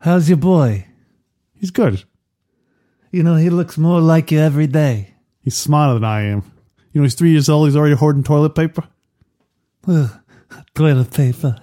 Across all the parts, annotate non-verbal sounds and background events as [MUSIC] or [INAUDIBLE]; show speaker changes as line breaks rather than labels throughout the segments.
How's your boy?
He's good.
You know, he looks more like you every day.
He's smarter than I am. You know, he's three years old. He's already hoarding toilet paper.
Ugh, toilet paper.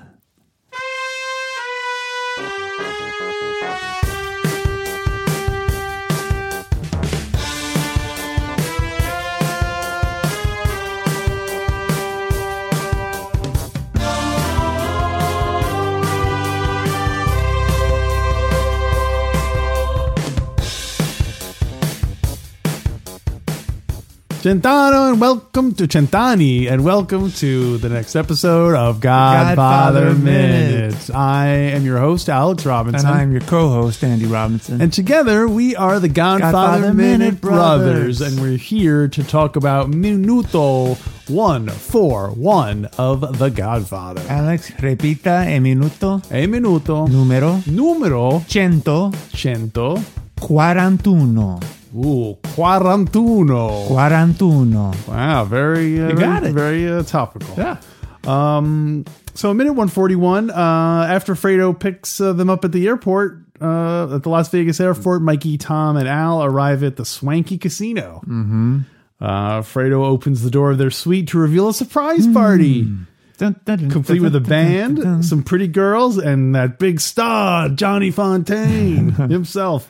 Centano and welcome to Centani and welcome to the next episode of Godfather,
Godfather
Minutes.
Minute.
I am your host, Alex Robinson.
And I'm your co host, Andy Robinson.
And together we are the Godfather,
Godfather
Minute,
Minute
Brothers.
Brothers.
and we're here to talk about Minuto 141 of The Godfather.
Alex, repita e minuto
A minuto
numero
numero uh,
141.
100, ooh, 41.
41.
Wow, very uh,
You got
very,
it.
very uh, topical. Yeah. Um. So minute one forty one. Uh, after Fredo picks uh, them up at the airport, uh, at the Las Vegas airport, Mikey, Tom, and Al arrive at the swanky casino. Mm-hmm. Uh, Fredo opens the door of their suite to reveal a surprise
Mm.
party,
Dun, dun, dun,
complete
dun,
with a
dun, dun, dun, dun, dun.
band, some pretty girls, and that big star
[LAUGHS]
Johnny Fontaine himself.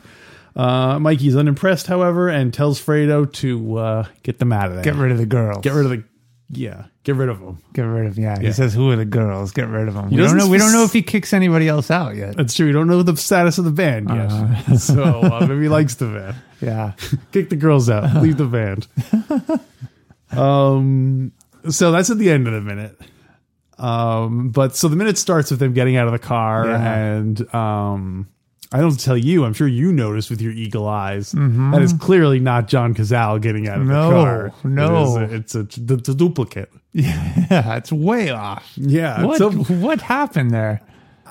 Uh, Mikey's unimpressed, however, and tells Fredo to uh, get them out of there.
Get rid of the girls.
Get rid of the yeah. Get rid of them.
Get rid of yeah.
Yeah.
He says, "Who are the girls? Get rid of them." we don't
doesn't
know. We
spec-
don't know if he kicks anybody else out
[LAUGHS]
yet.
That's true. We don't know the status of the band yet, [LAUGHS] so uh, maybe he likes the band.
Yeah, [LAUGHS]
Kick the girls out. Leave the band. [LAUGHS] Um. So that's at the end of the minute. Um. But so the minute starts with them getting out of the car,
Yeah.
and um. I don't have to tell you. I'm sure you noticed with your eagle eyes. that is clearly not John Cazale getting out of
No,
the car.
no.
it is a, it's a it's a duplicate.
yeah. It's way off.
Yeah,
What
so-
[LAUGHS] what happened there?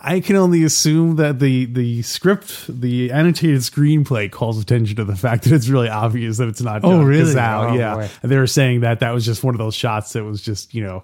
I can only assume that the the script, the annotated screenplay, calls attention to the fact that it's really obvious that it's not.
Oh,
John
really?
Cazale.
Oh,
yeah,
boy.
And they were saying that that was just one of those shots that was just you know,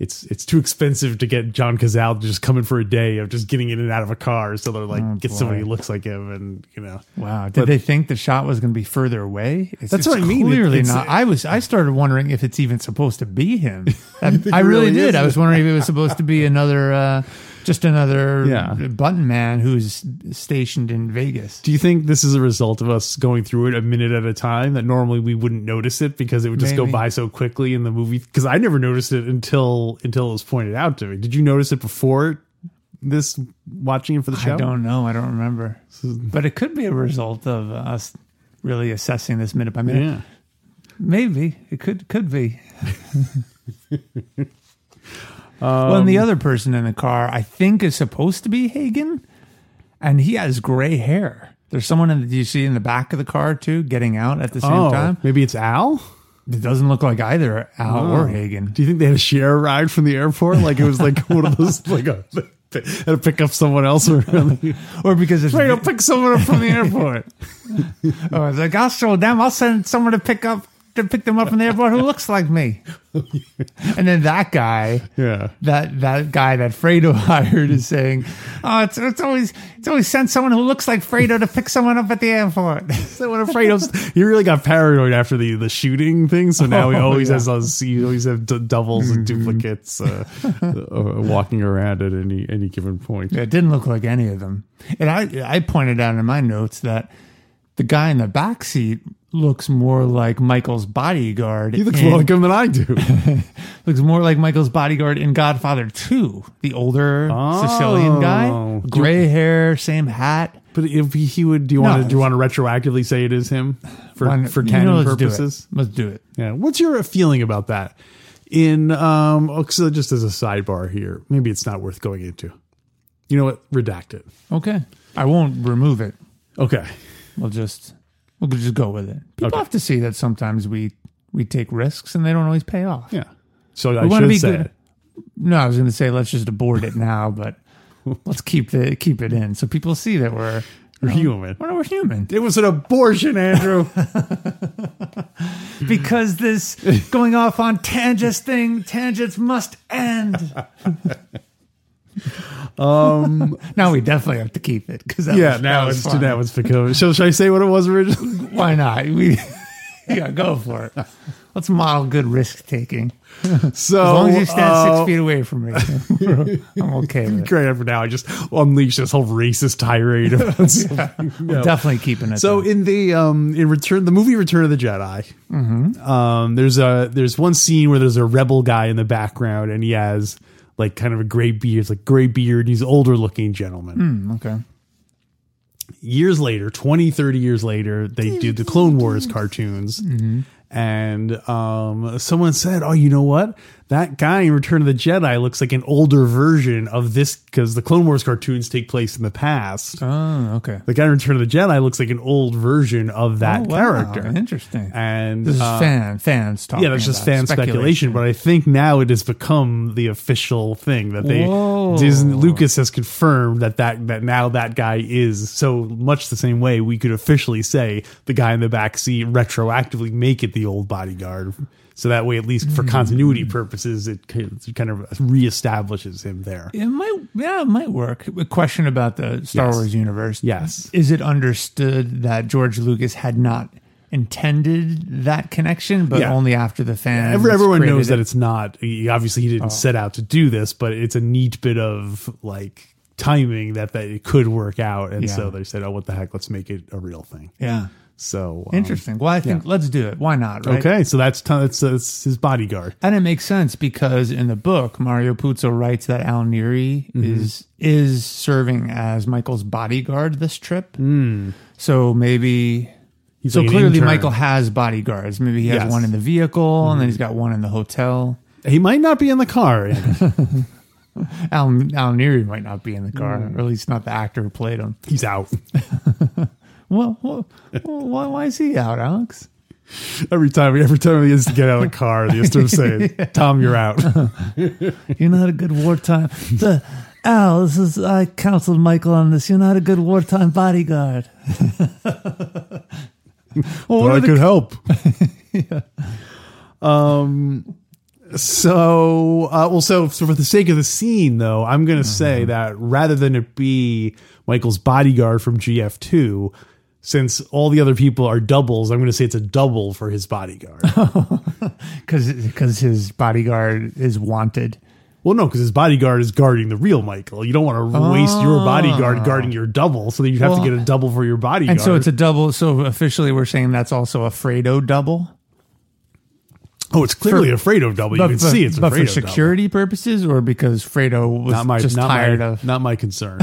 it's it's too expensive to get John Cazale to just come in for a day of just getting in and out of a car. So they're like,
Oh,
get somebody who looks like him, and you know,
Wow. Did
But-
they think the shot was going to be further away? It's,
That's
it's
what I mean. It-
Clearly
it's-
not. I was. I started wondering if it's even supposed to be
[LAUGHS]
him. I, I
it
really
really
did.
is?
I was wondering if it was supposed to be another, uh, just another
Yeah.
button man who's stationed in Vegas.
Do you think this is a result of us going through it a minute at a time that normally we wouldn't notice it because it would just go
Maybe.
by so quickly in the movie? Because I never noticed it until until it was pointed out to me. Did you notice it before this watching it for the show?
I don't know. I don't remember. But it could be a result of us really assessing this minute by minute.
Yeah.
Maybe it could could
[LAUGHS]
be. well,
Um,
and the other person in the car, I think, is supposed to be Hagen, and he has gray hair. There's someone in the, do you see in the back of the car too, getting out at the same
Oh,
time.
maybe it's Al.
It doesn't look like either Al
Oh.
or Hagen.
Do you think they had a share ride from the airport? Like it was like [LAUGHS] one of those like a, [LAUGHS] had to pick up someone else around. [LAUGHS] the-
Or because it's
Wait, I'll pick someone up from the airport.
[LAUGHS] oh, it's like I'll show them. I'll send someone to pick up to pick them up from the airport who looks like
[LAUGHS]
me. and then that guy,
Yeah.
that that guy that Fredo [LAUGHS] hired is saying, "Oh, it's it's always it's always sent someone who looks like Fredo to pick someone up at the airport." [LAUGHS]
So when Fredo's, he really got paranoid after the the shooting thing. So now
[LAUGHS]
he
Oh,
always
yeah. Mm-hmm.
has those. He always have d- doubles and duplicates uh, uh, walking around at any any given point.
it didn't look like any of them, and I I pointed out in my notes that the guy in the back seat looks more like Michael's bodyguard.
He looks
in-
more like him than I
[LAUGHS]
do.
looks more like Michael's bodyguard in Godfather Two, the older Sicilian
Oh.
guy, gray hair, same hat.
But if he- he would, do you
No.
want to do you want to retroactively say it is him for
Why not-
for
you
canon
know, let's do it.
purposes?
Let's do it.
Yeah. What's your feeling about that? In um, oh, so just as a sidebar here, maybe it's not worth going into. You know what? Redact it.
Okay, I won't remove it.
Okay.
We'll just we'll just go with it. People
Okay.
have to see that sometimes we we take risks and they don't always pay off.
Yeah. So I
wanna
should
be
say
good-
it.
No, I was going to say let's just abort it now,
[LAUGHS]
but let's keep the keep it in so people see that we're
We're human.
we're, we're
[LAUGHS]
human.
It was an
[LAUGHS]
abortion, Andrew.
Because this [LAUGHS] going off on tangents thing, tangents must end.
[LAUGHS] Um,
Now we definitely have to keep it because
yeah,
was,
now
that was
it's
fun.
that was Fakova. So should I say what it was originally? [LAUGHS]
Why not? We [LAUGHS] yeah, go for it. Let's model good risk taking.
So
As long as you stand
uh,
six feet away from me,
[LAUGHS]
I'm okay. With it.
Great effort now. I just unleashed this whole racist
[LAUGHS]
tirade. About something.
We're definitely keeping it.
So
there.
in the um in return the movie Return of the Jedi,
Mm-hmm.
um there's a there's one scene where there's a rebel guy in the background and he has like kind of a gray beard, it's like gray beard. He's an older looking gentleman.
Hmm, okay.
Years later, 20, 30 years later, they do the Clone Wars cartoons.
Mm-hmm.
And um, someone said, "Oh, you know what? That guy in Return of the Jedi looks like an older version of this because the Clone Wars cartoons take place in the past.
Oh, okay.
The guy in Return of the Jedi looks like an old version of that
Oh, wow.
character.
Interesting.
And
This is
uh,
fan fans talking.
yeah, that's just
about
fan
it.
speculation. But I think now it has become the official thing that they
Whoa.
Disney Lucas has confirmed that that that now that guy is so much the same way we could officially say the guy in the back seat retroactively make it the old bodyguard. So that way, at least
Hmm.
for continuity purposes, it ki- it kind of reestablishes him there.
It might, yeah, it might work. A question about the Star
Yes.
Wars universe.
Yes.
is it understood that George Lucas had not intended that connection, but
Yeah.
only after the fans?
Every- everyone
created
knows
it? Oh.
that it's not. he- Obviously, he didn't set out to do this, but it's a neat bit of like timing that that it could work out, and
Yeah.
so they said, "Oh, what the heck? Let's make it a real thing."
Yeah,
So um,
interesting. Well, I think let's do it. Why not? Right?
Okay, so that's t- that's, that's his bodyguard.
And it makes sense because in the book, Mario Puzo writes that Al Neri
Mm-hmm.
is is serving as Michael's bodyguard this trip. So maybe so
Hmm. like an
clearly
intern.
Michael has bodyguards. Maybe he has
Yes. Mm-hmm.
one in the vehicle and then he's got one in the hotel.
He might not be in the car. [LAUGHS] Andy.
Al Al Neri might not be in the car,
Mm.
or at least not the actor who played him.
He's out. [LAUGHS]
Well, well, well, why why is he out, Alex?
Every time every time he has to get out of the car, he has
[LAUGHS]
to say, "Tom, you're out."
You're not a good wartime. The, Al, this is I counseled Michael on this. You're not a good wartime bodyguard. [LAUGHS] well,
But
what
I
are the-
could help. [LAUGHS] Um. So, uh, well, so, so for the sake of the scene, though, I'm going to
Mm-hmm.
say that rather than it be Michael's bodyguard from GF2, since all the other people are doubles, I'm going to say it's a double for
[LAUGHS]
his bodyguard.
because his bodyguard is wanted.
well, no, because his bodyguard is guarding the real Michael. You don't want to waste your bodyguard guarding your double, so that you have
Ah. Well,
to get a double for your bodyguard.
And so it's a double. So officially, we're saying that's also a Fredo double.
oh, it's clearly a Fredo double. You can see it's a
but
Fredo
for
double.
security purposes, or because Fredo was
Not my,
just
not
tired
my,
of.
not my
[LAUGHS]
concern.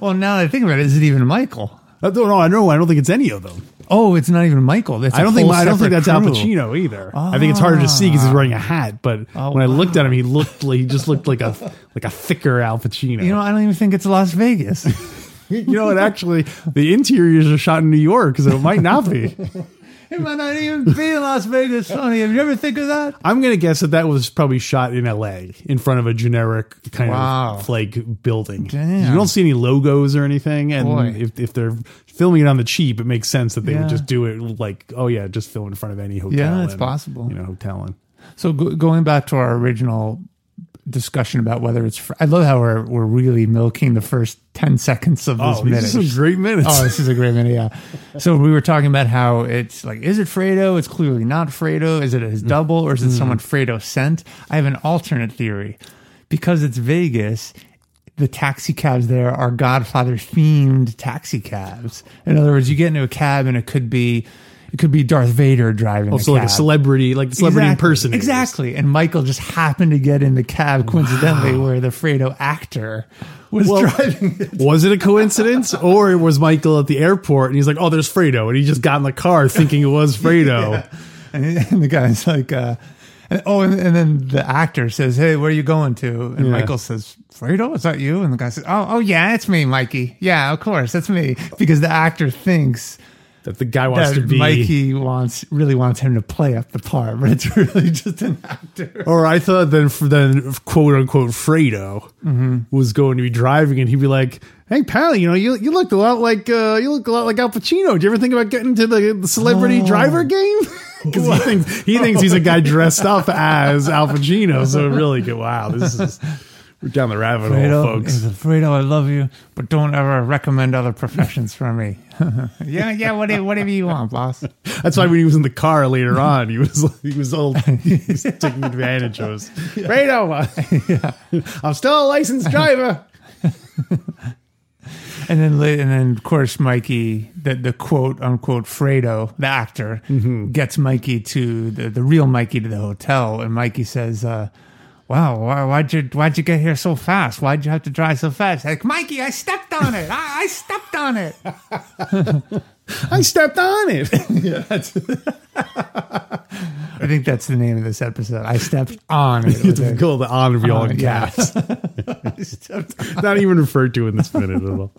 Well, now that I think about it, is it even Michael?
I don't know. Uh, I know. I don't think it's any of them.
Oh, it's not even Michael. That's
I don't
a
think.
whole
I don't think
separate
that's Al
crew.
Pacino either. Ah. Oh, I think it's harder to see because he's wearing a hat. But when I looked at him, he looked. like He just looked like a like a thicker Al Pacino.
You know, I don't even think it's Las Vegas.
you know, and actually, the interiors are shot in New York, so it might not [LAUGHS] be.
it might not even be in Las Vegas, Sonny. Have you ever think of that?
I'm gonna guess that that was probably shot in L.A. in front of a generic kind
Wow.
of like building.
Damn.
You don't see any logos or anything, and
Boy.
if if they're filming it on the cheap, it makes sense that they
Yeah.
would just do it like, oh yeah, just film in front of any hotel.
Yeah, it's
and,
possible.
You know, hotel and.
So go, going back to our original discussion about whether it's, fr- I love how we're we're really milking the first ten seconds of this
Oh,
minute.
these are some great minutes.
[LAUGHS] Oh, this is a great minute. Yeah. So we were talking about how it's like, is it Fredo? It's clearly not Fredo. Is it his double or
Mm-hmm.
is it someone Fredo sent? I have an alternate theory. Because it's Vegas, the taxi cabs there are Godfather themed taxi cabs. In other words, you get into a cab and it could be it could be Darth Vader driving.
Oh, so
a
like a
cab.
celebrity, like the celebrity
Exactly.
impersonator.
Exactly. And Michael just happened to get in the cab coincidentally where the Fredo actor was [LAUGHS] driving.
Was it a coincidence, or it was Michael at the airport and he's like, "Oh, there's Fredo," and he just got in the car thinking it
[LAUGHS]
was Fredo.
And, and the guy's like, uh, and, oh, and, and then the actor says, hey, where are you going to? And
Yeah.
Michael says, Fredo, is that you? And the guy says, oh, oh yeah, it's me, Mikey. Yeah, of course, that's me. Because the actor thinks
That the guy wants
that
to be.
Mikey wants really wants him to play up the part, but it's [LAUGHS] really just an actor.
Or I thought then, for then quote unquote Fredo
Mm-hmm.
was going to be driving, and he'd be like, "Hey, pal, you know you you looked a lot like uh, you look a lot like Al Pacino. Do you ever think about getting into the, the
Oh.
celebrity driver game?" [LAUGHS] Because he thinks he thinks he's a guy dressed up as Al Pacino. So really good. Wow, this is We're down the rabbit
Fredo,
hole, Oh, folks.
is Fredo, I love you, but don't ever recommend other professions for me. [LAUGHS] yeah, yeah, whatever, whatever you want,
[LAUGHS]
boss.
That's why when he was in the car later on, he was he
[LAUGHS]
was all he was taking advantage of us. Fredo, I'm still a licensed driver.
And then, la- and then, of course, Mikey, the, the quote unquote Fredo, the actor,
Mm-hmm.
gets Mikey to the, the real Mikey to the hotel, and Mikey says, uh, "Wow, why, why'd you why'd you get here so fast? Why'd you have to drive so fast?" Like, Mikey, I stepped on it. I, I stepped on it.
I stepped on it. [LAUGHS] yeah, that's,
I think that's the name of this episode. I stepped on it.
[LAUGHS] it's called the honorable
On, Uh, yeah. [LAUGHS]
cast.
I stepped on it.
[LAUGHS] Not even referred to in this minute at all.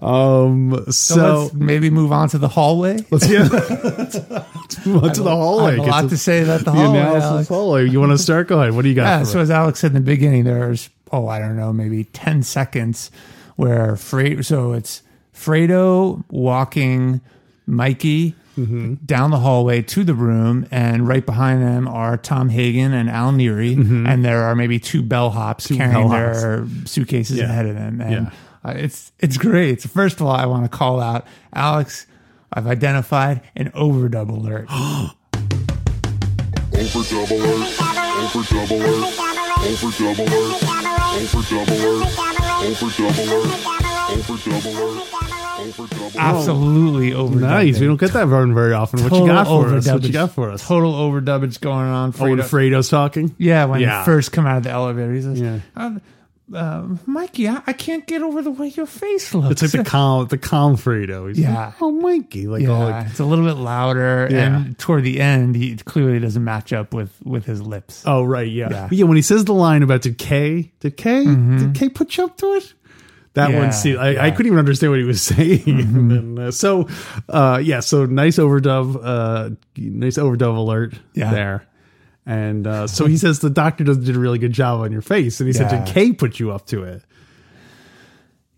Um, so,
Let's maybe move on to the hallway.
let's,
[LAUGHS]
get [LAUGHS] let's move on to the
I
hallway.
have a
Get
lot
to
to say about the
the
hallway.
analysis
Alex.
hallway. You want to start? Go ahead. What do you got?
Yeah,
for
so as Alex said in the beginning, there's oh I don't know maybe ten seconds where Fre- so it's Fredo walking Mikey
Mm-hmm.
down the hallway to the room, and right behind them are Tom Hagen and Al Neary, and there are maybe two bellhops carrying
Mm-hmm. bellhops.
their suitcases
Yeah.
ahead of them, and
Yeah.
uh, it's it's great. So first of all, I want to call out Alex. I've identified an overdub
[GASPS]
alert.
Overdub alert. Overdub alert. Overdub alert. Overdub alert. Overdub alert. Overdub alert. Overdub alert.
Absolutely overdub.
Nice.
it.
We don't get that very, very often. What
Total
you got for us? What you
overdubbage.
got for us?
Total overdubbage going on.
Oh, when
Fredo.
Fredo's talking.
yeah, when
Yeah.
you first come out of the elevator, he says,
Yeah.
um, uh, "Mikey, I, I can't get over the way your face looks."
It's like the calm, the calm Fredo. He's
Yeah.
like, oh, Mikey,
[LAUGHS]
like
yeah,
all like,
it's a little bit louder,
Yeah.
and toward the end, he it clearly doesn't match up with with his lips.
oh right, yeah.
Yeah. Mm-hmm.
yeah, When he says the line about did K, did K, did K put you up to it? That
Yeah,
one scene, I, I
yeah. Mm-hmm.
couldn't even understand what he was [LAUGHS] saying. And, uh, so, uh, yeah, so nice overdub, uh, nice overdub alert
Yeah.
there. And uh, so he says the doctor does did a really good job on your face, and he
Yeah.
said did K put you up to it?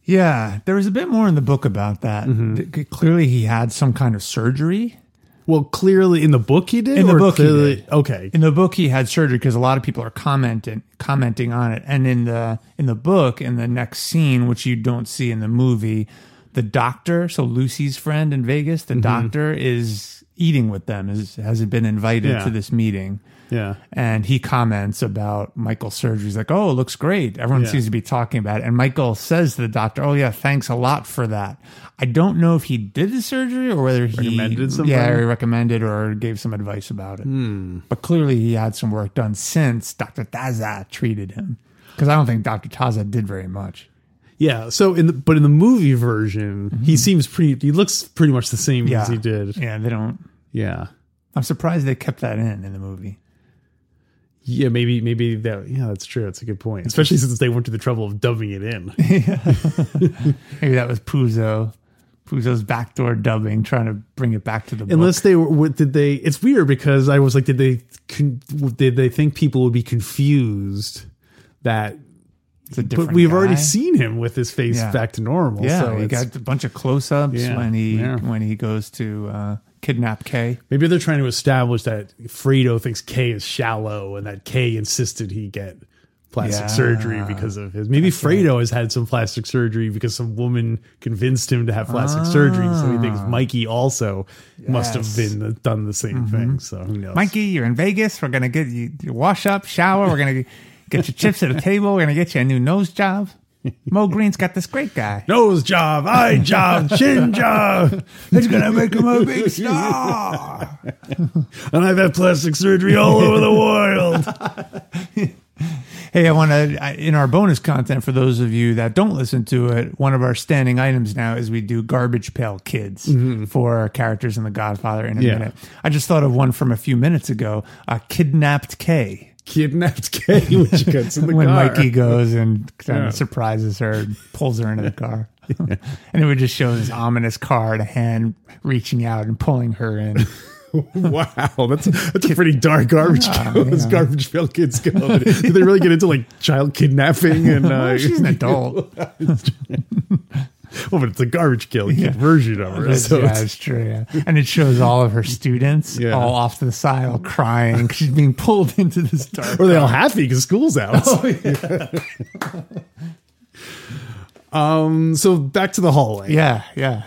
Yeah, there was a bit more in the book about that.
Mm-hmm.
Th- Clearly, he had some kind of surgery.
Well, clearly in the book he did.
In the
or
book he
clearly-
did.
okay,
in the book he had surgery because a lot of people are commenting commenting on it and in the in the book in the next scene which you don't see in the movie the doctor so lucy's friend in vegas the doctor is eating with them is, has been invited
Yeah.
to this meeting
yeah.
and he comments about Michael's surgery. He's like, "Oh, it looks great. Everyone
Yeah.
seems to be talking about it." And Michael says to the doctor, "Oh yeah, thanks a lot for that." I don't know if he did the surgery or whether he
Recommended something? Hmm.
Yeah, or recommended or gave some advice about it. But clearly, he had some work done since Doctor Taza treated him, because I don't think Doctor Taza did very much.
Yeah. So in the, but in the movie version, he seems pretty. He looks pretty much the same
Mm-hmm. Yeah,
as he did.
Yeah, they don't.
Yeah.
I'm surprised they kept that in in the movie.
Yeah. Maybe. Maybe that. Yeah. That's true. That's a good point. Especially since they went to the trouble of dubbing it in.
Maybe that was Puzo, Puzo's backdoor dubbing, trying to bring it back to the book.
[LAUGHS] Unless they were. what- Did they? It's weird because I was like, did they? con- Did they think people would be confused that?
It's a
But
different
we've already
guy.
seen him with his face
Yeah.
back to normal.
Yeah,
So
he
it's-
got a bunch of close-ups
Yeah,
when he
yeah.
when he goes to uh, kidnap Kay.
maybe they're trying to establish that Fredo thinks Kay is shallow and that Kay insisted he get plastic
Yeah.
surgery because of his. Maybe Fredo has had some plastic surgery because some woman convinced him to have plastic surgery. So he thinks Mikey also must have
Ah. Yes. Mm-hmm.
been the, done the same thing. So who knows?
Mikey, you're in Vegas. We're gonna get you you wash up, shower. We're gonna [LAUGHS] get your chips at a table. We're gonna get you a new nose job.
[LAUGHS]
Mo Green's got this great guy.
Nose job, eye
[LAUGHS]
job, chin job,
He's gonna make him a big star.
[LAUGHS] and I've had plastic surgery all over the
[LAUGHS]
world.
Hey, I want to, in our bonus content, for those of you that don't listen to it, one of our standing items now is we do Garbage Pail Kids for characters in The Godfather in a
Mm-hmm. Yeah.
minute. I just thought of one from a few minutes ago uh, Kidnapped K.
Kidnapped Kay when she gets in the
[LAUGHS] When
car.
Mikey goes
[LAUGHS]
and kind
Yeah.
of surprises her and pulls her into the car.
[LAUGHS]
and it would just show this ominous car and a hand reaching out and pulling her
[LAUGHS]
in.
Wow, that's that's a pretty dark garbage. pail- [LAUGHS] Those garbage pail kids go. Do they
[LAUGHS]
really
Oh,
[LAUGHS] get into like child kidnapping and? Uh,
Well, she's an adult.
well, Well, but it's a garbage can
Yeah.
version of her.
That's,
so
yeah,
it's-
that's true. Yeah. And it shows all of her students
Yeah.
all off to the side, all crying. 'cause She's being pulled [LAUGHS] into this dark.
Or they all happy because
[LAUGHS]
school's out.
Oh,
[LAUGHS] um. So back to the hallway.
Yeah,
[LAUGHS]
yeah.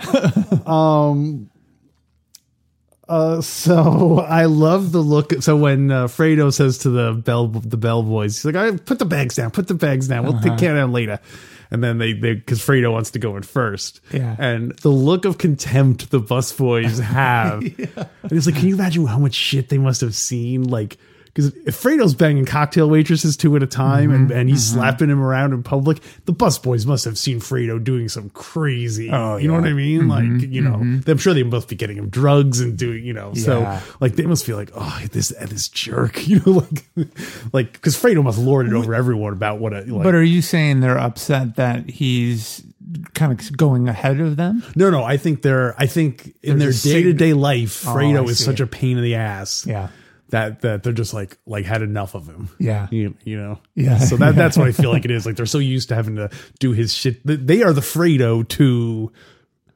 Uh, so [LAUGHS] I love the look. So when uh, Fredo says to the bell the bellboys, he's like, "I put the bags down. Put the bags down. We'll
Uh-huh.
take care of them later." And then they they because Fredo wants to go in first.
Yeah.
And the look of contempt the busboys have.
[LAUGHS]
And it's like, can you imagine how much shit they must have seen? Like. Because if Fredo's banging cocktail waitresses two at a time and,
Mm-hmm.
and he's slapping him around in public, the busboys must have seen Fredo doing some crazy.
Oh,
you know
yeah.
what I mean? Like, you know, I'm sure they must be getting him drugs and doing, you know,
Yeah.
so like they must feel like, oh, this this jerk, [LAUGHS] you know, like like because Fredo must lord it over everyone about what a like.
But are you saying they're upset that he's kind of going ahead of them?
no, no, I think they're I think in their
There's a
day to day life, Fredo
Oh, I
is
see.
such a pain in the ass.
Yeah.
That that they're just like like had enough of him.
Yeah.
You, you know.
Yeah.
So that that's what
[LAUGHS]
I feel like it is. Like they're so used to having to do his shit. They- They are the Fredo to.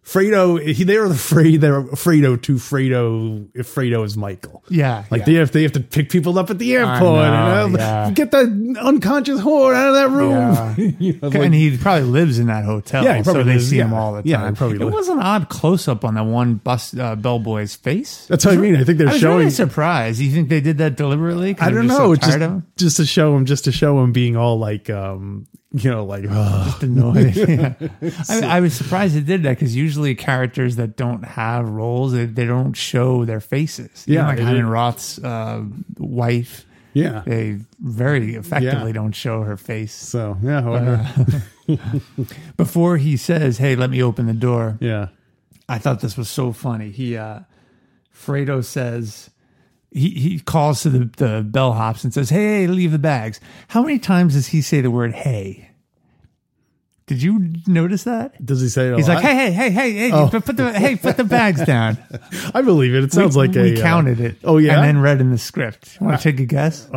Fredo, he, they are the Fre- they're Fredo to Fredo if Fredo is Michael.
Yeah.
Like
yeah.
they have they have to pick people up at the airport
know,
and uh,
yeah.
get that unconscious whore out of that room.
Yeah.
[LAUGHS] You know, like-
and he probably lives in that hotel,
Yeah, he probably
so they
lives-
see him
yeah.
all the time.
Yeah, he probably
it
lives-
was an odd close-up on that one bus uh, bellboy's face.
that's what I mean. I think they're
I was
showing.
really surprised. You think they did that deliberately? 'Cause
I
they're
don't
just
know.
So
it's
tired of him?
just, just to show him, just to show him being all like, um, you know, like "Ugh." [LAUGHS]
annoyed. yeah. I, I was surprised it did that because usually characters that don't have roles, they, they don't show their faces. Even
Yeah,
like
they
Hyman
didn't.
Roth's uh, wife,
yeah.
they very effectively
Yeah.
don't show her face.
So yeah, whatever.
Uh, Before he says, "Hey, let me open the door,"
yeah,
I thought this was so funny. He, uh, Fredo says. He, he calls to the, the bellhops and says, Hey, leave the bags. How many times does he say the word hey? Did you notice that?
does he say? It a
He's like,
lot?
hey, hey, hey, hey, hey, put, put the hey, put the bags down.
I believe it. It sounds
we,
like
we
a uh,
counted it.
Oh yeah,
and then read in the script. Want to take a guess?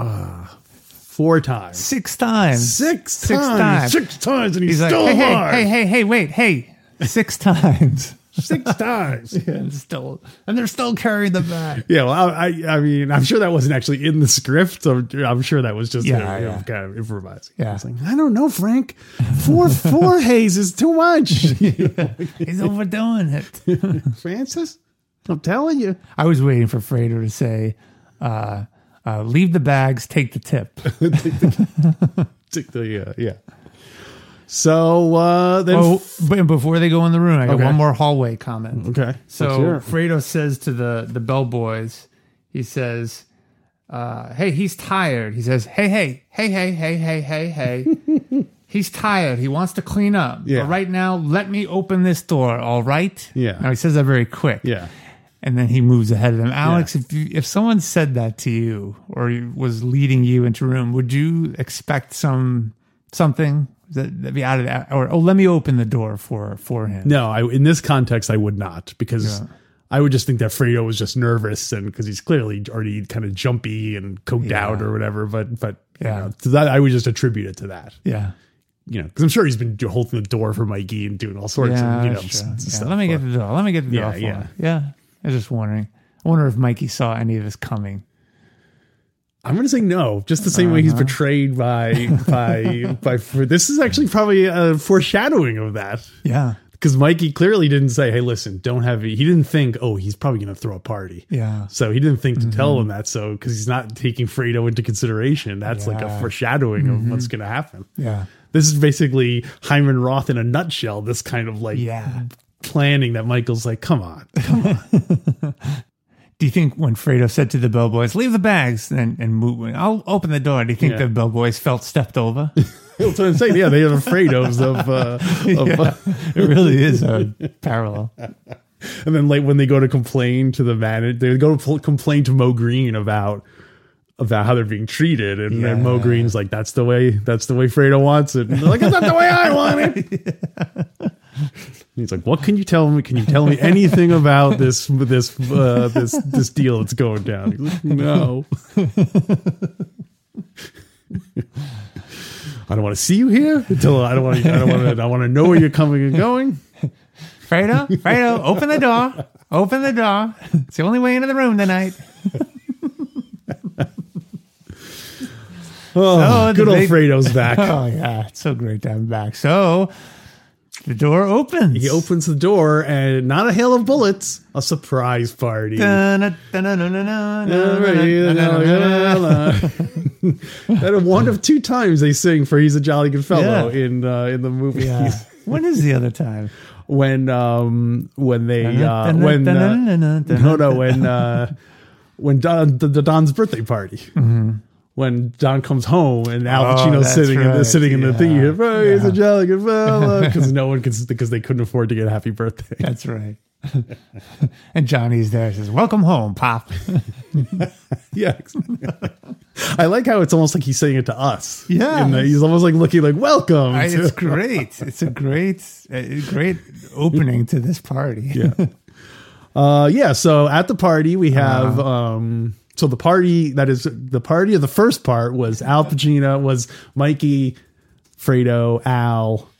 four times,
Six times.
six,
Six
times,
times.
six times, and he's,
He's like,
still
hey,
alive.
hey, hey, hey, hey, wait, hey, six [LAUGHS] times.
Six times.
and still, and they're still carrying the bag.
Yeah, well, I, I, I mean, I'm sure that wasn't actually in the script. I'm, I'm sure that was just
Yeah,
you know,
yeah.
kind of improvising.
Yeah.
It's like, I don't know, Frank. Four
[LAUGHS]
four haze is too much.
He's overdoing it.
Francis, I'm telling you,
I was waiting for Fredo to say, uh, uh, "Leave the bags, take the
[LAUGHS]
tip."
Take the, uh, yeah. So uh, then,
Oh, but before they go in the room, I got
Okay.
one more hallway comment.
okay. Let's
So
hear it.
Fredo says to the the bellboys, he says, uh, "Hey, he's tired." He says, "Hey, hey, hey, hey, hey, hey, hey, hey."
[LAUGHS]
he's tired. He wants to clean up.
Yeah.
But right now, let me open this door. All right.
Yeah.
Now he says that very quick.
yeah,
And then he moves ahead of them. Alex, if you, if someone said that to you or was leading you into a room, would you expect some something that that be out of that? Or oh, let me open the door for for him.
no, I in this context, I would not because.
Yeah.
I would just think that Fredo was just nervous, and because he's clearly already kind of jumpy and coked
Yeah.
out or whatever. But but
Yeah.
you know, to that I would just attribute it to that.
Yeah.
you know, because I'm sure he's been do- holding the door for Mikey and doing all sorts of, you know,
that's
s-
true.
s-
Yeah,
stuff.
Let me get
but-
the door. Let me get the
Yeah,
door. For
yeah.
yeah, yeah. I was just wondering. I wonder if Mikey saw any of this coming.
I'm going to say no, just the same way
Uh-huh.
he's portrayed by by
[LAUGHS]
by. For, this is actually probably a foreshadowing of that
Yeah,
because Mikey clearly didn't say, "Hey, listen, don't have." He didn't think, "Oh, he's probably going to throw a party."
yeah. Mm-hmm.
So he didn't think to tell him that. So because he's not taking Fredo into consideration, that's like a
Yeah. Mm-hmm.
foreshadowing of what's going to happen.
Yeah.
This is basically Hyman Roth in a nutshell. This kind of like
Yeah.
planning that Michael's like, "Come on, [LAUGHS]
Do you think when Fredo said to the bellboys, "Leave the bags and and move," I'll open the door. Do you think
Yeah.
the bellboys felt stepped
[LAUGHS]
over?
That's what I'm saying. Yeah, they have afraid of, of, uh,
[LAUGHS]
of
Yeah. it really is a parallel.
and then like when they go to complain to the manager, they go to pl- complain to Mo Green about about how they're being treated, and then Mo
Yeah.
Green's like, "That's the way. That's the way Fredo wants it." And they're like, "It's not the way I want it." And
[LAUGHS]
he's like, "What can you tell me? Can you tell me anything about this this uh, this this deal that's going down?" He's like, no. [LAUGHS] I don't want to see you here until I don't want to. I don't want to. I want to know where you're coming and going.
Fredo, Fredo, open the door. Open the door. It's the only way into the room tonight.
Oh,
So
good
Oh, the
old
big-
Fredo's back.
Oh, yeah. It's so great to have him back. So the door opens.
He opens the door and not a hail of bullets, a surprise party.
That
that [LAUGHS] one of two times they sing for "He's a Jolly Good Fellow"
Yeah.
in uh, in the movie
When is the other time?
[LAUGHS] when um when they uh, when uh, no no when uh, when Don the, the Don's birthday party when Don comes home and Al
Mm-hmm. Oh,
Pacino's
that's
sitting in the
right.
sitting in the thing
Yeah.
"Oh, he's a jolly good
[LAUGHS]
fellow because no one can because they couldn't afford to get a happy birthday.
That's right. and Johnny's there. Says, "Welcome home, Pop."
yeah. exactly. [LAUGHS] I like how it's almost like he's saying it to us.
Yeah.
And he's almost like looking like welcome.
I-
to-
it's great. It's a great, a great opening to this party.
yeah. Uh, yeah. So at the party, we have.
Uh-huh.
Um, so the party that is the party of the first part was Al Pacino, was Mikey, Fredo, Al,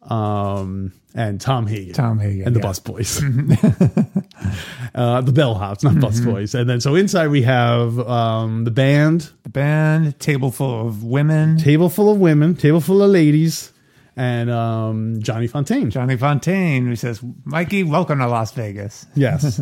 um, and Tom Hagen.
Tom Hagen,
and the
yeah.
bus
[LAUGHS]
boys. uh, the bellhops, not
Mm-hmm.
bus boys. And then so inside we have um, the band,
The band, table full of women.
table full of women, table full of ladies, and um, Johnny Fontaine.
Johnny Fontaine, who says, "Mikey, welcome to Las Vegas." [LAUGHS]
Yes.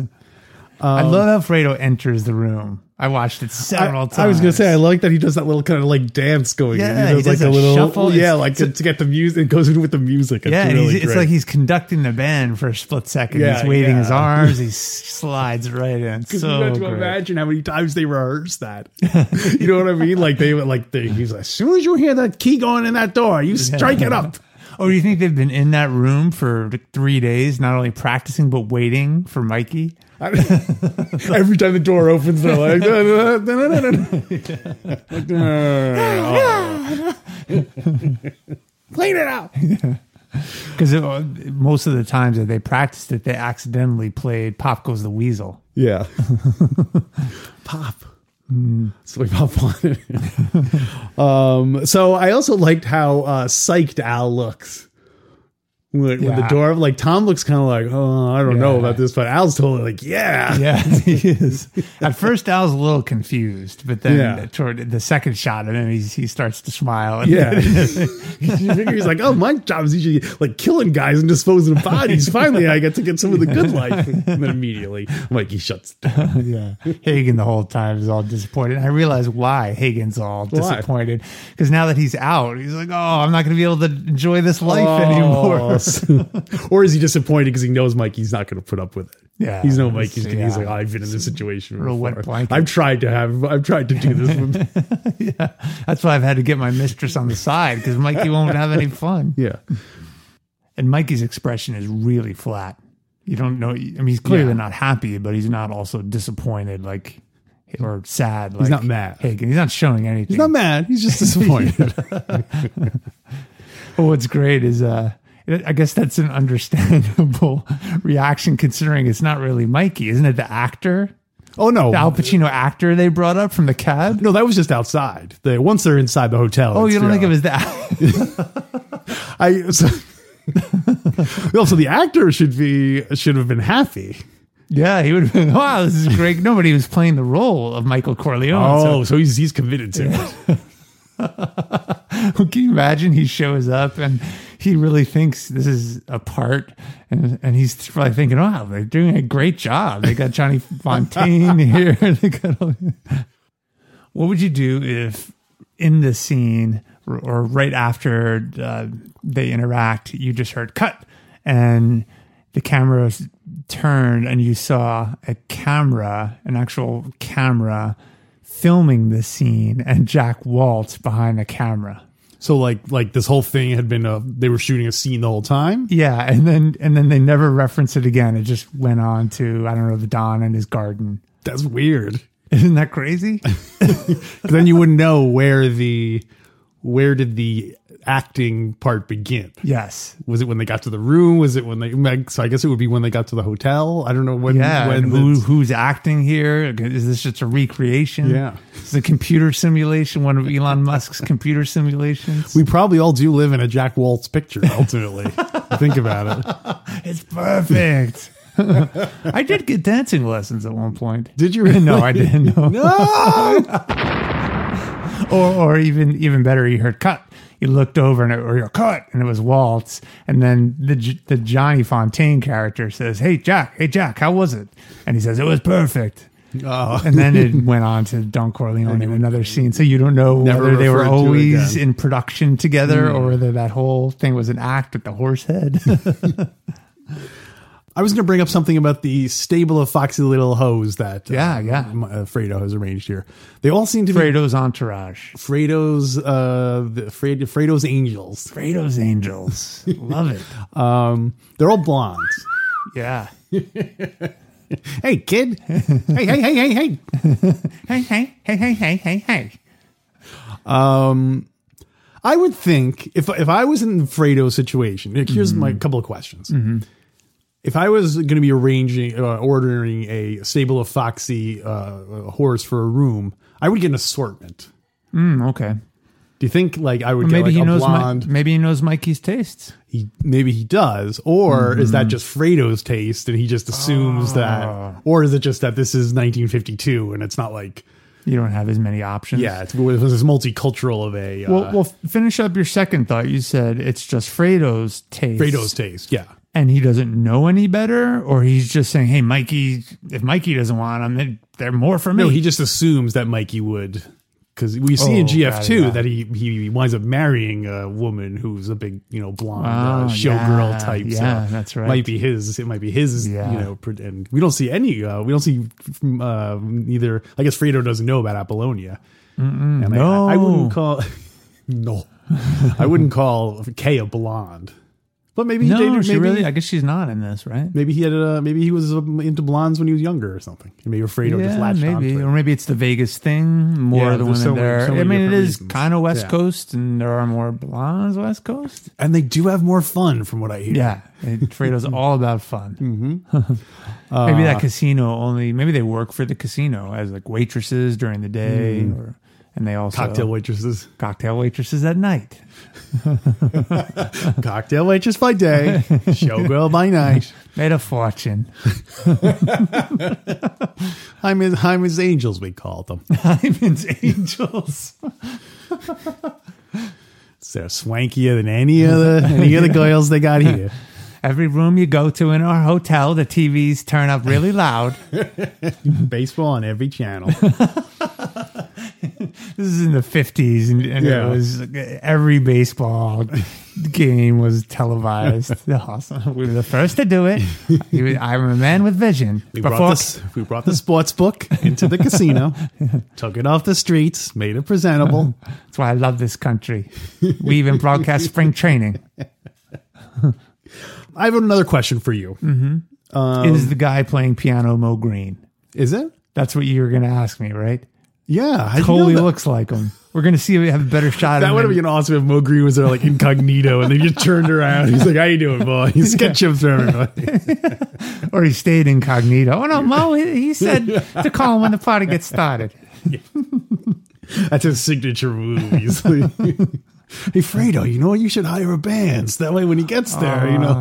I
Um,
love how Fredo enters the room. I watched it
I,
several times.
I was gonna say I like that he does that little kind of like dance going. in.
Yeah,
he does
he
like
does
a
that
little
shuffle.
yeah,
It's-
like
it's a-
to, to get the music. It goes in with the music. It's
yeah, and
really
he's, it's
great.
like he's conducting the band for a split second.
Yeah,
he's waving his
yeah.
arms. He s- slides right
[LAUGHS]
in.
Because
So
you have to
great.
imagine how many times they rehearsed that. [LAUGHS] you know what I mean? Like they would like they, he's like, as soon as you hear that key going in that door, you strike it up.
Oh, do you think they've been in that room for like, three days, not only practicing but waiting for Mikey?
I- [LAUGHS] Every time the door opens, they're like, "Da, da, da, da, da, da." Like, "No, no, no, no, no."
[LAUGHS] Clean it out. Because uh, most of the times that they practiced it, they accidentally played "Pop Goes the Weasel."
Yeah. pop. That's what we pop wanted. um, so I also liked how uh, psyched Al looks. Like, With the
Yeah.
door, like Tom looks kind of like, oh, I don't know
Yeah.
about this, but Al's totally like, yeah.
Yeah, [LAUGHS]
[LAUGHS]
he is. At first, I was a little confused, but then
Yeah.
toward the second shot, and then he he starts to smile. And [LAUGHS]
Yeah. [LAUGHS] You figure he's like, oh, my job is usually like killing guys and disposing of bodies. Finally, I get to get some of the good life. And then immediately, Mikey shuts down.
yeah. Hagen the whole time is all disappointed. And I realize why Hagen's all disappointed because now that he's out, he's like, "Oh, I'm not going to be able to enjoy this life
Oh.
anymore." [LAUGHS]
anymore. [LAUGHS] or is he disappointed because he knows Mikey's not going to put up with it?
Yeah.
he's no Mikey's. gonna He's
Yeah.
like, "Oh, I've been in this situation.
Real wet
before.
blanket.
I've tried to have. I've tried to do this. with- "Oh."
That's why I've had to get my mistress on the side because Mikey won't have any fun.
yeah,
And Mikey's expression is really flat. You don't know. I mean, he's clearly
Yeah.
not happy, but he's not also disappointed, like or sad. Like,
not mad.
Hagen, he's not showing anything.
he's not mad. He's just disappointed.
But what's great is, uh, I guess that's an understandable [LAUGHS] reaction considering it's not really Mikey, isn't it? The actor,
[LAUGHS] oh no,
the Al Pacino actor they brought up from the cab.
no, that was just outside. They, once they're inside the hotel.
Oh,
it's,
you don't think it
know,
was that?
I so, [LAUGHS] also the actor should be should have been happy.
[LAUGHS] yeah, he would have been, wow, this is great. Nobody was playing the role of Michael Corleone.
Oh, so, he's he's committed to it.
So [LAUGHS] can you imagine he shows up and he really thinks this is a part? And, and he's probably thinking, wow, they're doing a great job. They got Johnny Fontaine here. [LAUGHS] They got all- what would you do if in this scene or, or right after uh, they interact, you just heard cut and the camera was turned and you saw a camera, an actual camera filming this scene and Jack Waltz behind the camera?
[LAUGHS] So like like this whole thing had been a they were shooting a scene the whole time.
Yeah, and then and then they never reference it again. It just went on to I don't know the Don and his garden.
That's weird.
Isn't that crazy?
then you wouldn't know where the where did the acting part begin?
Yes.
Was it when they got to the room? Was it when they? So I guess it would be when they got to the hotel. I don't know when.
Yeah.
when
and who,
it's-
who's acting here? Is this just a recreation?
Yeah.
It's a computer simulation, one of Elon Musk's computer simulations.
we probably all do live in a Jack Waltz picture. Ultimately,
[LAUGHS]
think about it.
it's perfect. [LAUGHS] I did get dancing lessons at one point.
Did you
[LAUGHS]
really?
No, I didn't. No.
No!
[LAUGHS] or, or even even better, you heard cut. You looked over and it, or you cut, and it was Waltz. And then the J- the Johnny Fontaine character says, "Hey Jack, hey Jack, how was it?" And he says, "It was perfect."
Oh.
And then
[LAUGHS]
it went on to Don Corleone in another scene, so you don't know
Never
whether they were
referred to
always
again. Hmm.
in production together or whether that whole thing was an act with the horse head. [LAUGHS]
I was going to bring up something about the stable of foxy little hoes that uh,
Yeah, yeah.
M- uh, Fredo has arranged here. They all seem to be
Fredo's entourage,
Fredo's uh, the Fred, Fredo's angels.
Fredo's angels, love it.
Um, they're all blondes.
Yeah.
Hey,
[LAUGHS]
kid. hey, hey, hey, hey, hey.
Hey hey hey hey hey hey hey.
I would think if if I was in Fredo's situation, like, here's
Mm-hmm.
my couple of questions. If I was going to be arranging, uh, ordering a stable of foxy uh, horse for a room, I would get an assortment.
Mm, okay.
Do you think like I would get
Maybe
like
he
a
knows. Mi-
blonde?
maybe he knows Mikey's tastes.
he maybe he does or is that just fredo's taste and he just assumes that or is it just that this is 1952 and it's not like
You don't have as many options.
yeah it's, it was this multicultural of a uh,
Well, well, finish up your second thought. You said it's just Fredo's taste.
fredo's taste yeah
and he doesn't know any better, or he's just saying, "Hey, Mikey, if Mikey doesn't want them, then they're more for me."
no he just assumes that mikey would because we see in
Oh,
gf2
got it, got
that he he winds up marrying a woman who's a big you know blonde
Oh,
uh, showgirl
yeah,
type
yeah,
so
that's right.
might be his it might be his
Yeah.
you know pr- and we don't see any uh, we don't see uh, either i guess fredo doesn't know about apollonia And I-
No.
I, I wouldn't call [LAUGHS] no. I wouldn't call Kay a blonde. But maybe he
no,
dated,
she
maybe,
really. I guess she's not in this, right?
maybe he had a, maybe he was um, into blondes when he was younger or something. And maybe Fredo just
Yeah,
latched on
maybe,
to
or
it.
maybe it's the Vegas thing. More
Yeah,
of the
there's
women
so many-
there.
so
I
many
mean, it
different
is
reasons.
kind of West
Yeah.
Coast, and there are more blondes West Coast.
And they do have more fun from what I hear.
Yeah, and
[LAUGHS]
Fredo's all about fun.
Mm-hmm.
[LAUGHS]
Uh,
maybe that casino only. Maybe they work for the casino as like waitresses during the day, or and they also
Mm. Cocktail waitresses. [LAUGHS]
cocktail waitresses at night.
Cocktail waitress by day, showgirl by night.
Made a fortune. [LAUGHS]
I'm his, I'm his angels, we call them.
Diamonds, [LAUGHS] angels.
So They're swankier than any other
[LAUGHS]
any other girls they got here.
Every room you go to in our hotel, the TVs turn up really loud.
Baseball on every channel.
[LAUGHS] This is in the fifties, and, and
Yeah.
it was like, every baseball game was televised.
[LAUGHS]
awesome. We were the first to do it. You- I'm a man with vision.
We brought, this, we brought the sports book into the
[LAUGHS]
casino, took it off the streets, made it presentable.
That's why I love this country. We even broadcast
[LAUGHS]
spring training.
I have another question for you.
Mm.
Um,
is the guy playing piano Mo Green?
Is it?
That's what you were going to ask me, right?
Yeah. I
Totally
that.
looks like him. We're going to see if we have a better shot.
That
at
would have
him.
been awesome if Mo Green was there like incognito and they just turned around. He's like, How you doing, boy?
[LAUGHS]
He's sketching for everybody.
or he stayed incognito. Oh no, Mo. He, he
[LAUGHS]
said to call him when the party gets started.
That's his signature move. He's like, [LAUGHS] Hey Fredo, you know what? You should hire a band. So that way when he gets there, you know.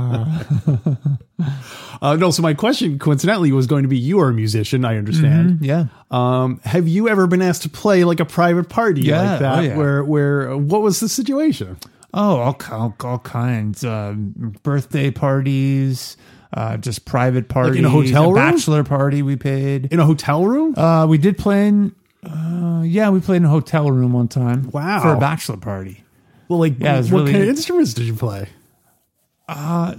Ah.
uh, no, so my question coincidentally was going to be you are a musician, I understand.
Yeah.
Um, have you ever been asked to play like a private party
Yeah,
like that?
oh yeah.
Where where what was the situation?
Oh, all, ki- all, all kinds. Um birthday parties, uh, just private parties.
in a hotel room?
bachelor party we paid.
In a hotel room?
Uh, we did play in. Uh, yeah, we played in a hotel room one time.
Wow.
For a bachelor party.
well, like
yeah, it was
what
really-
kind of instruments did you play?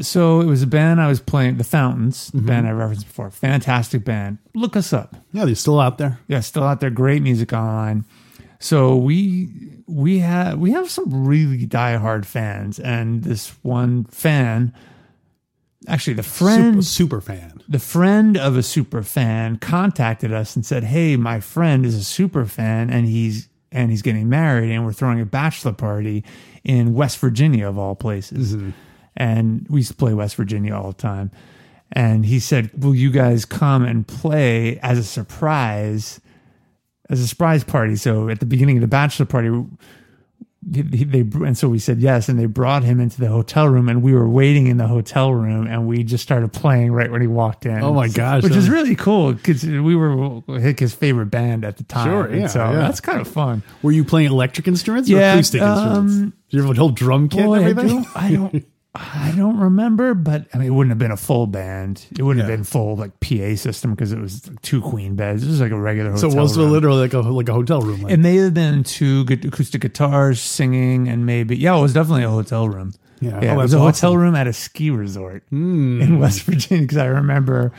So it was a band I was playing, The Fountains,
Mm-hmm.
the band I referenced before. Fantastic band. Look us up.
Yeah, they're still out there.
Yeah, still out there. Great music online. So we we have we have some really diehard fans, and this one fan, actually the
Super,
friend,
super fan.
the friend of a super fan, contacted us and said, "Hey, my friend is a super fan, and he's and he's getting married, and we're throwing a bachelor party in West Virginia, of all places. And we used to play West Virginia all the time. And he said, Will you guys come and play as a surprise? As a surprise party. So at the beginning of the bachelor party, he- he- they and so we said yes, and they brought him into the hotel room, and we were waiting in the hotel room, and we just started playing right when he walked in.
Oh my gosh,
Which
that
is
was-
really cool because we were like his favorite band at the time.
Sure,
and
yeah,
so
yeah.
that's kind of fun.
Were you playing electric instruments
Yeah,
or acoustic
um,
instruments? Did you have a whole drum kit
Boy,
and
I
everything?
don't, I don't, I don't remember, but I mean, it wouldn't have been a full band. It wouldn't
Yeah.
have been full like PA system because it was like, two queen beds. It was like a regular.
[LAUGHS] So
Hotel
it was
room.
literally like a like a hotel room. Like.
It may have been two good acoustic guitars, singing, and maybe yeah, it was definitely a hotel room.
Yeah. Oh,
it was
that's
a
awesome. Hmm.
hotel room at a ski resort in West Virginia because I remember,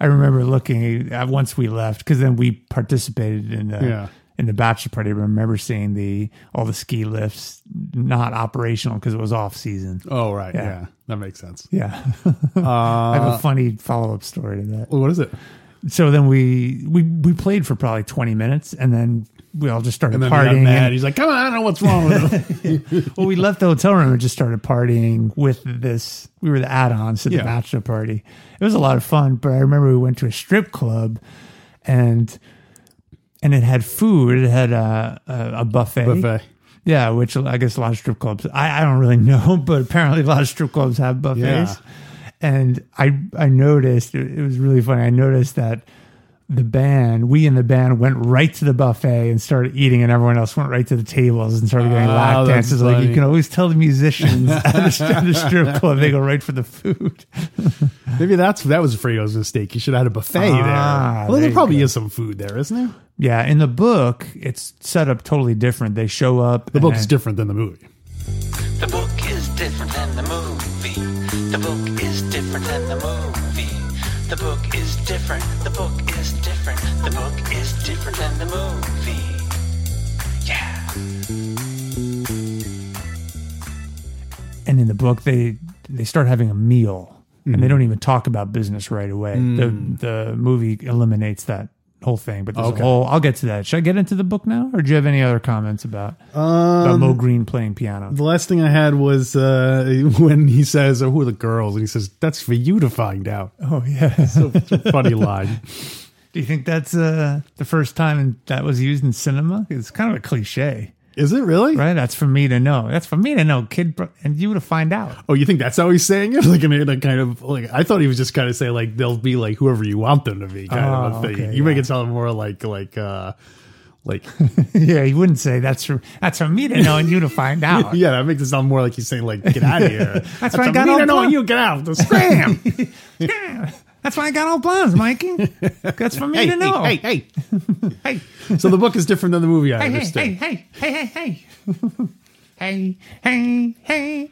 I remember looking uh, once we left because then we participated in the
Yeah.
in the bachelor party. I remember seeing the all the ski lifts not operational because it was off season.
oh right, yeah.
Yeah.
that makes sense.
Yeah, [LAUGHS]
Uh,
I have a funny follow up story to that
Well, what is it?
so then we we we played for probably 20 minutes and then we all just started
And then he got
partying
mad.
and-
He's like, "Come on, I don't know what's wrong [LAUGHS] with him."
well we left the hotel room and just started partying with this we were the add-ons to the
Yeah.
bachelor party it was a lot of fun but i remember we went to a strip club and and it had food it had a, a, a buffet
Buffet.
yeah, which I guess a lot of strip clubs. I, I don't really [LAUGHS] know, but apparently a lot of strip clubs have buffets.
Yeah.
And I I noticed it, it was really funny. I noticed that the band, we in the band, went right to the buffet and started eating, and everyone else went right to the tables and started getting
Oh,
lap
that's
dances. Like
funny.
you can always tell the musicians
[LAUGHS]
at the, stri- the strip club, they go right for the food.
Maybe that's that was Fredo's mistake. You should have had a
Ah,
buffet there. Well,
there
there
you
probably
go.
is some food there, isn't there?
Yeah, in the book, it's set up totally different. They show up.
The book is different than the movie.
The book is different than the movie. The book is different than the movie. The book is different. The book is different. The book is different than the movie. Yeah.
and in the book they they start having a meal and they don't even talk about business right away. The the movie eliminates that whole thing, but there's
Okay.
a whole. I'll get to that. Should I get into the book now, or do you have any other comments about, about Mo Green playing piano?
The last thing I had was uh, [LAUGHS] when he says, oh, "Who are the girls?" and he says, "That's for you to find out."
Oh yeah.
It's a [LAUGHS] funny line.
[LAUGHS] do you think that's uh, the first time that was used in cinema? It's kind of a cliche,
Is it really?
right? That's for me to know. That's for me to know, kid, bro- and you to find out.
Oh, you think that's how he's saying it? [LAUGHS] Like in a, in a kind of like I thought he was just kind of saying like they'll be like whoever you want them to be kind
Oh,
of a thing.
okay,
you make
yeah.
it sound more like like uh [LAUGHS] like
[LAUGHS] yeah, you wouldn't say that's for that's for me to know and you to [LAUGHS] find out.
yeah, that makes it sound more like he's saying like get out of here.
[LAUGHS] That's why I got
me
all
to know
drunk.
you
[LAUGHS]
get out. The scram.
Yeah. That's why I got all blondes, Mikey. That's for me
hey,
to know.
hey, hey,
hey,
hey. So the book is different than the movie. I
hey,
understand.
hey, hey, hey, hey, hey, [LAUGHS] hey, hey, hey.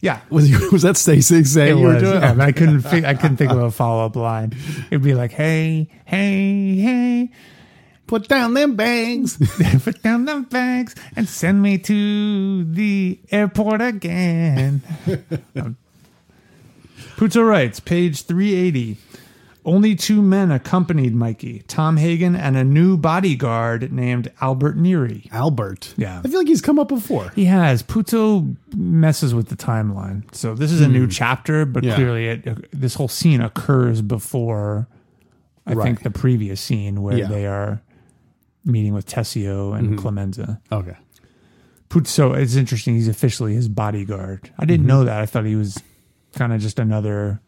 Yeah,
Was you, was that say say say
it
you were
was.
doing?
Yeah, but I couldn't. Fi- I couldn't think of a follow up line. It'd be like, hey, hey, hey,
Put down them bangs. [LAUGHS]
put down the bags and send me to the airport [LAUGHS] again. Puto writes, page 380. Only two men accompanied Mikey Tom Hagen and a new bodyguard named Albert Neary.
Albert.
Yeah.
I feel like he's come up before.
He has. Puto messes with the timeline. So this is a new chapter, but
Yeah.
clearly it, this whole scene occurs before, I
Right.
think, the previous scene where
Yeah.
they are meeting with Tessio and Clemenza.
Okay.
Puzo, it's interesting. He's officially his bodyguard. I
Mm-hmm.
didn't know that. I thought he was kind of just another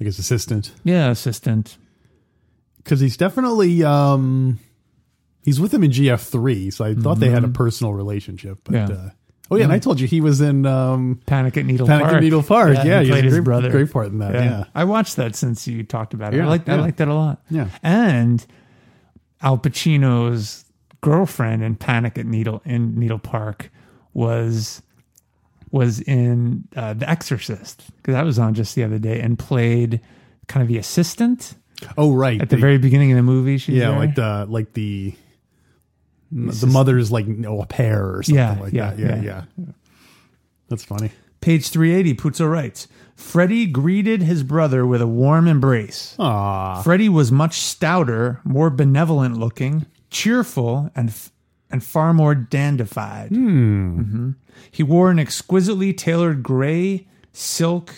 Like his assistant.
yeah assistant.
because he's definitely um he's with him in GF3, so I thought they had a personal relationship. But
Mm-hmm. Yeah.
uh, oh yeah, and I told you he was in um
Panic at Needle
Panic
Park.
at Needle Park. Yeah,
he
he's a
played his
great-
brother.
great part in that, yeah.
I watched that since you talked about it.
Yeah,
I like I
yeah.
like that a lot.
Yeah.
and Al Pacino's girlfriend in Panic at Needle in Needle Park was was in uh, The Exorcist because I was on just the other day and played kind of the assistant
oh right
at the very beginning of the movie. She's
yeah
there.
like the like the the mother's like no a pair or something
Yeah,
like
yeah,
that. Yeah, yeah,
yeah.
That's funny.
Page 380, Puzo writes Freddie greeted his brother with a warm embrace.
Aw.
Freddie was much stouter, more benevolent looking, cheerful, and f- and far more dandified. Mhm. He wore an exquisitely tailored gray silk.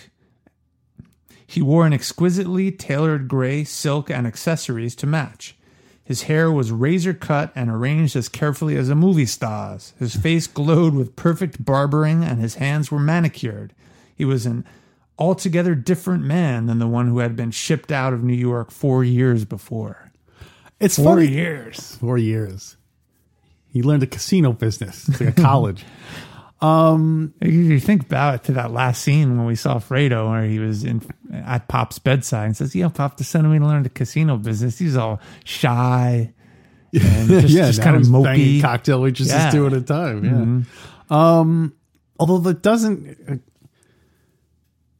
He wore an exquisitely tailored gray silk and accessories to match. His hair was razor cut and arranged as carefully as a movie star's. His face glowed with perfect barbering, and his hands were manicured. He was an altogether different man than the one who had been shipped out of New York four years before.
It's
Four
funny.
years.
Four years. He learned a casino business. It's like
[LAUGHS]
a college.
If you think back to that last scene when we saw Fredo, where he was in at Pop's bedside and says, "Yeah, Pop, the son of me learned the casino business. He's all
[LAUGHS]
shy and just, just
now
kind of
he's banging
mopey."
cocktail waitresses
Yeah. Mm-hmm.
two at a time. Yeah. Um, although that doesn't. uh,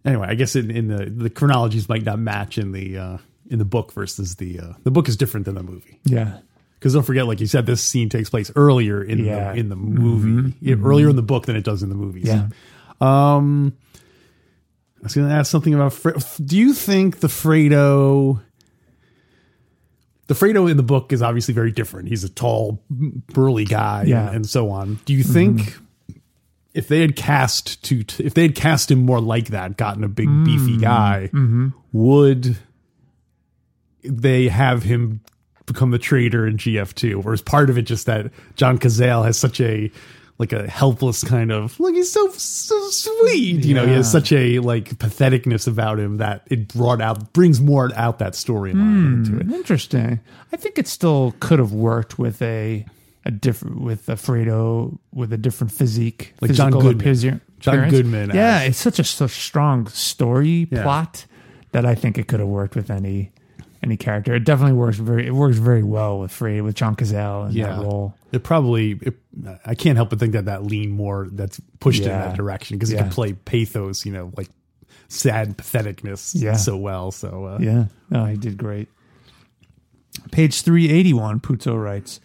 anyway, I guess in, in the the chronologies might not match in the uh, in the book versus the uh, the book is different than the movie
yeah,
because don't forget, like you said, this scene takes place earlier in
Yeah.
the in the movie, Yeah, earlier in the book than it does in the movies.
Mm-hmm. yeah.
Um, I was going to ask something about. Fre- Do you think the Fredo, the Fredo in the book is obviously very different. He's a tall, burly guy,
Yeah. Mm-hmm.
and, and so on. Do you think if they had cast to, if they had cast him more like that, gotten a big
Mm.
beefy guy, would they have him? become the traitor in GF2 or is part of it just that John Cazale has such a like a helpless kind of look he's so so sweet you know he has
Yeah.
such a like patheticness about him that it brought out brings more out that
Hmm.
storyline into it
Interesting. I think it still could have worked with a a different with a Fredo with a different physique,
Like John
physical
Goodman.
appear-
John
appearance.
Goodman
Yeah,
as-
it's such a so strong story
Yeah.
plot that I think it could have worked with any any character. It definitely works very. It works very well with Fredo with John Cazale in
yeah
that role.
it probably it, I can't help but think that that lean more that's pushed in
Yeah.
that direction because he
Yeah.
can play pathos you know like sad patheticness
Yeah.
so well so uh,
Yeah. No, Oh, he did great. Page 381, Puto writes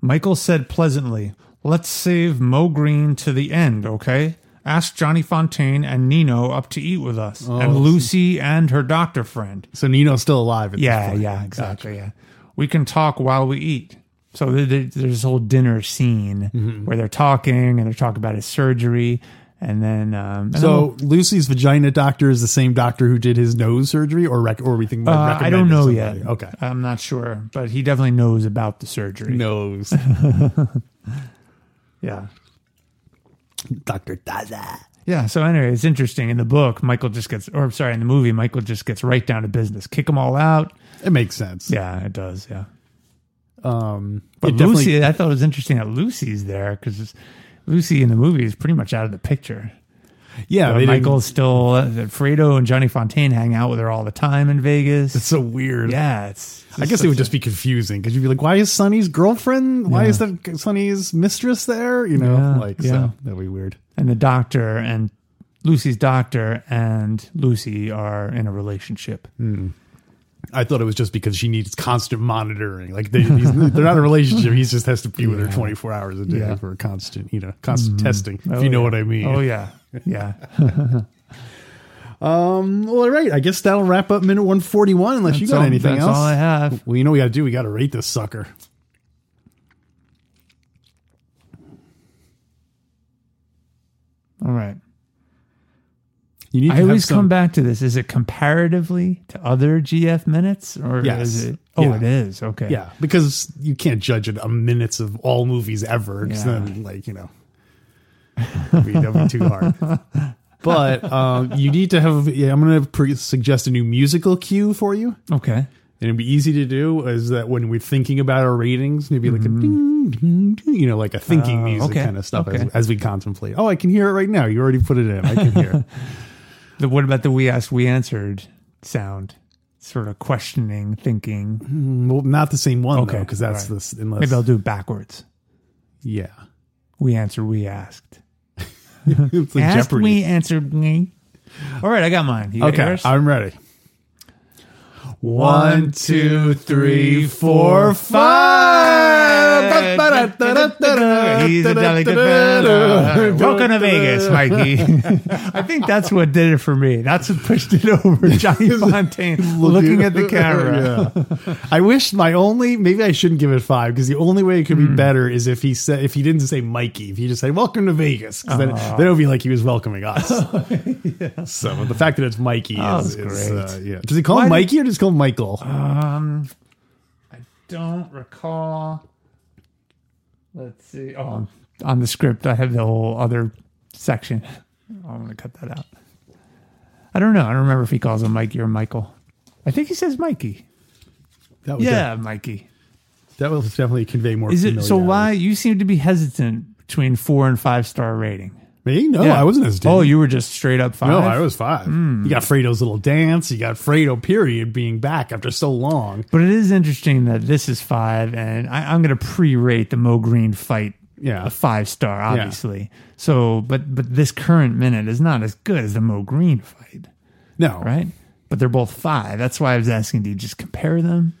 Michael said pleasantly, Let's save Mo Green to the end, okay? Ask Johnny Fontaine and Nino up to eat with us, and Lucy and her doctor friend.
so Nino's still alive at this
Yeah,
point.
yeah, exactly. Yeah, we can talk while we eat. So th- th- there's this whole dinner scene where they're talking and they're talking about his surgery, and then um, and then
So Lucy's vagina doctor is the same doctor who did his nose surgery, or rec- or we think might
Uh, I
recommend
don't
it to
know
somebody.
yet.
[LAUGHS] Okay,
I'm not sure, but he definitely knows about the surgery.
nose
Yeah.
doctor Daza.
Yeah. So anyway, it's interesting. In the book, Michael just gets, or I'm sorry, in the movie, Michael just gets right down to business. Kick them all out.
It makes sense.
Yeah, it does. Yeah.
Um,
But
it definitely-
Lucy, I thought it was interesting that Lucy's there because Lucy in the movie is pretty much out of the picture.
yeah,
But
they didn't-
Michael's still, uh, Fredo and Johnny Fontaine hang out with her all the time in Vegas.
It's [LAUGHS] so weird.
yeah. It's,
I guess it would just be confusing because you'd be like, "Why is Sonny's girlfriend? Why is that Sonny's mistress there?" You know,
Yeah,
like
yeah.
so that'd be weird.
and the doctor and Lucy's doctor and Lucy are in a relationship.
I thought it was just because she needs constant monitoring. Like they, he's, [LAUGHS] they're not in a relationship; he just has to be with her twenty four hours a day
Yeah. Mm-hmm.
for constant, you know, constant testing. If you know what I mean.
Oh yeah, yeah.
Well, all right. I guess that'll wrap up minute 141 unless you
That's
got
all-
anything
that's
else.
all I have.
Well, you know what we got to do? We got to rate this sucker.
All right.
You need
I always come back to this. Is it comparatively to other GF minutes, or
Yes.
is it? Oh,
Yeah.
it is. Okay.
Yeah, because you can't judge it on minutes of all movies ever. 'cause
Yeah.
then, like, you know, that'd be, that'd be too hard.
[LAUGHS]
But um, you need to have, yeah, I'm going to pre- suggest a new musical cue for you.
Okay.
and it'd be easy to do is that when we're thinking about our ratings, maybe like a ding, ding, ding, you know, like a thinking
Mm-hmm. Oh,
music
okay,
kind of stuff
okay.
as, as we contemplate. Oh, I can hear it right now. You already put it in. I can hear.
[LAUGHS]
it.
The, what about the we asked, we answered sound? Sort of questioning, thinking.
well, not the same one
Okay,
though, because that's
all right.
this. Unless
Maybe I'll do it backwards.
yeah, [LAUGHS]
We answered, we asked.
it's like
Asked,
Jeopardy.
we answered, we. All right, I got mine. You got
okay,
yours?
I'm ready. One, two, three, four, five.
He's a delicate
[LAUGHS]
fellow. [LAUGHS] Welcome to Vegas, Mikey. [LAUGHS] I think that's what did it for me. That's what pushed it [LAUGHS] over. Johnny Fontaine looking [LAUGHS] at the camera.
Yeah. I wish my only maybe I shouldn't give it five because the only way it could be
Hmm.
better is if he said if he didn't say Mikey if he just said Welcome to Vegas 'cause then
Ah.
then it would be like he was
[LAUGHS]
welcoming us. So but the fact that it's Mikey
Oh,
is,
that's
is,
great.
uh, yeah. Does he call
Why
him
did-
Mikey or just call him Michael?
Um, I don't recall. Let's see. Oh, on the script, I have the whole other section. Oh, I'm going to cut that out. I don't know. I don't remember if he calls him Mikey or Michael. I think he says Mikey.
that would
Yeah, Mikey.
def- that will definitely convey more.
Is it so?
familiarity.
Why you seem to be hesitant between four and five star rating?
me? No, I wasn't hesitant.
Oh, you were just straight up five. Hmm.
No, I was five. You got Fredo's little dance. You got Fredo period being back after so long.
But it is interesting that this is five, and I, I'm going to pre-rate the Mo Green fight.
Yeah.
a five star, obviously. So, but but this current minute is not as good as the Mo Green fight,
No,
right? But they're both five. That's why I was asking, do you just compare them?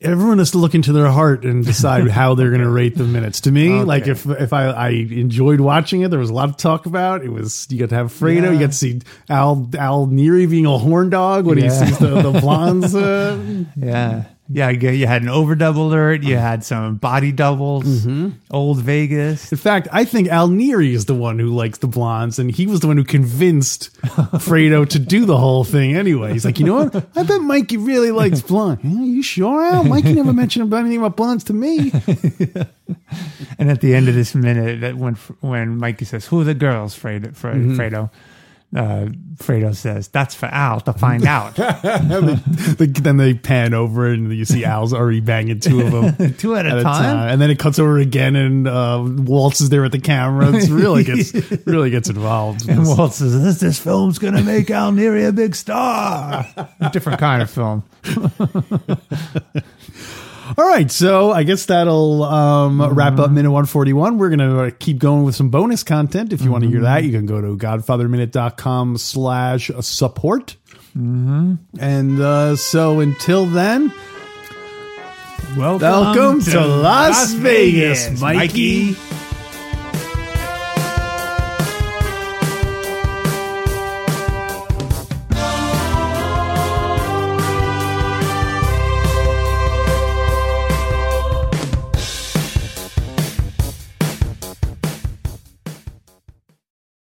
everyone has to look into their heart
[LAUGHS]
and decide how they're going to rate the minutes. To me, like if if I, I enjoyed watching it, there was a lot to talk about. It was you got to have Fredo,
Yeah.
you got to see Al Al Neary being a horn dog when
Yeah.
he sees the,
[LAUGHS]
the blondes. Uh,
Yeah, Uh-huh. yeah. You you had an overdouble alert. You had some body doubles. Old Vegas.
in fact, I think Al Neary is the one who likes the blondes, and he was the one who convinced Fredo to do the whole thing. Anyway, he's like, you know what? I bet Mikey really likes blonde. Yeah, you sure? Al? Mikey never mentioned about anything about blondes to me.
And at the end of this minute, that when when Mikey says, "Who are the girls?" Fredo, Fre- Fredo, uh, Fredo says, "That's for Al to [LAUGHS] find out."
And they- they- then they pan over and you see Al's already banging two
[LAUGHS]
of them
Two at a time?
and then it cuts over again and uh, Waltz is there at the camera. It's really gets really gets involved.
And Walt says, "This this film's gonna [LAUGHS] make Al Neary a big star." Different kind of film.
All right, so I guess that'll um, wrap up minute 141. We're going to keep going with some bonus content. If you want to hear that, you can go to godfatherminute.com slash support. And uh, so until then,
Welcome,
welcome to Las Vegas, Mikey.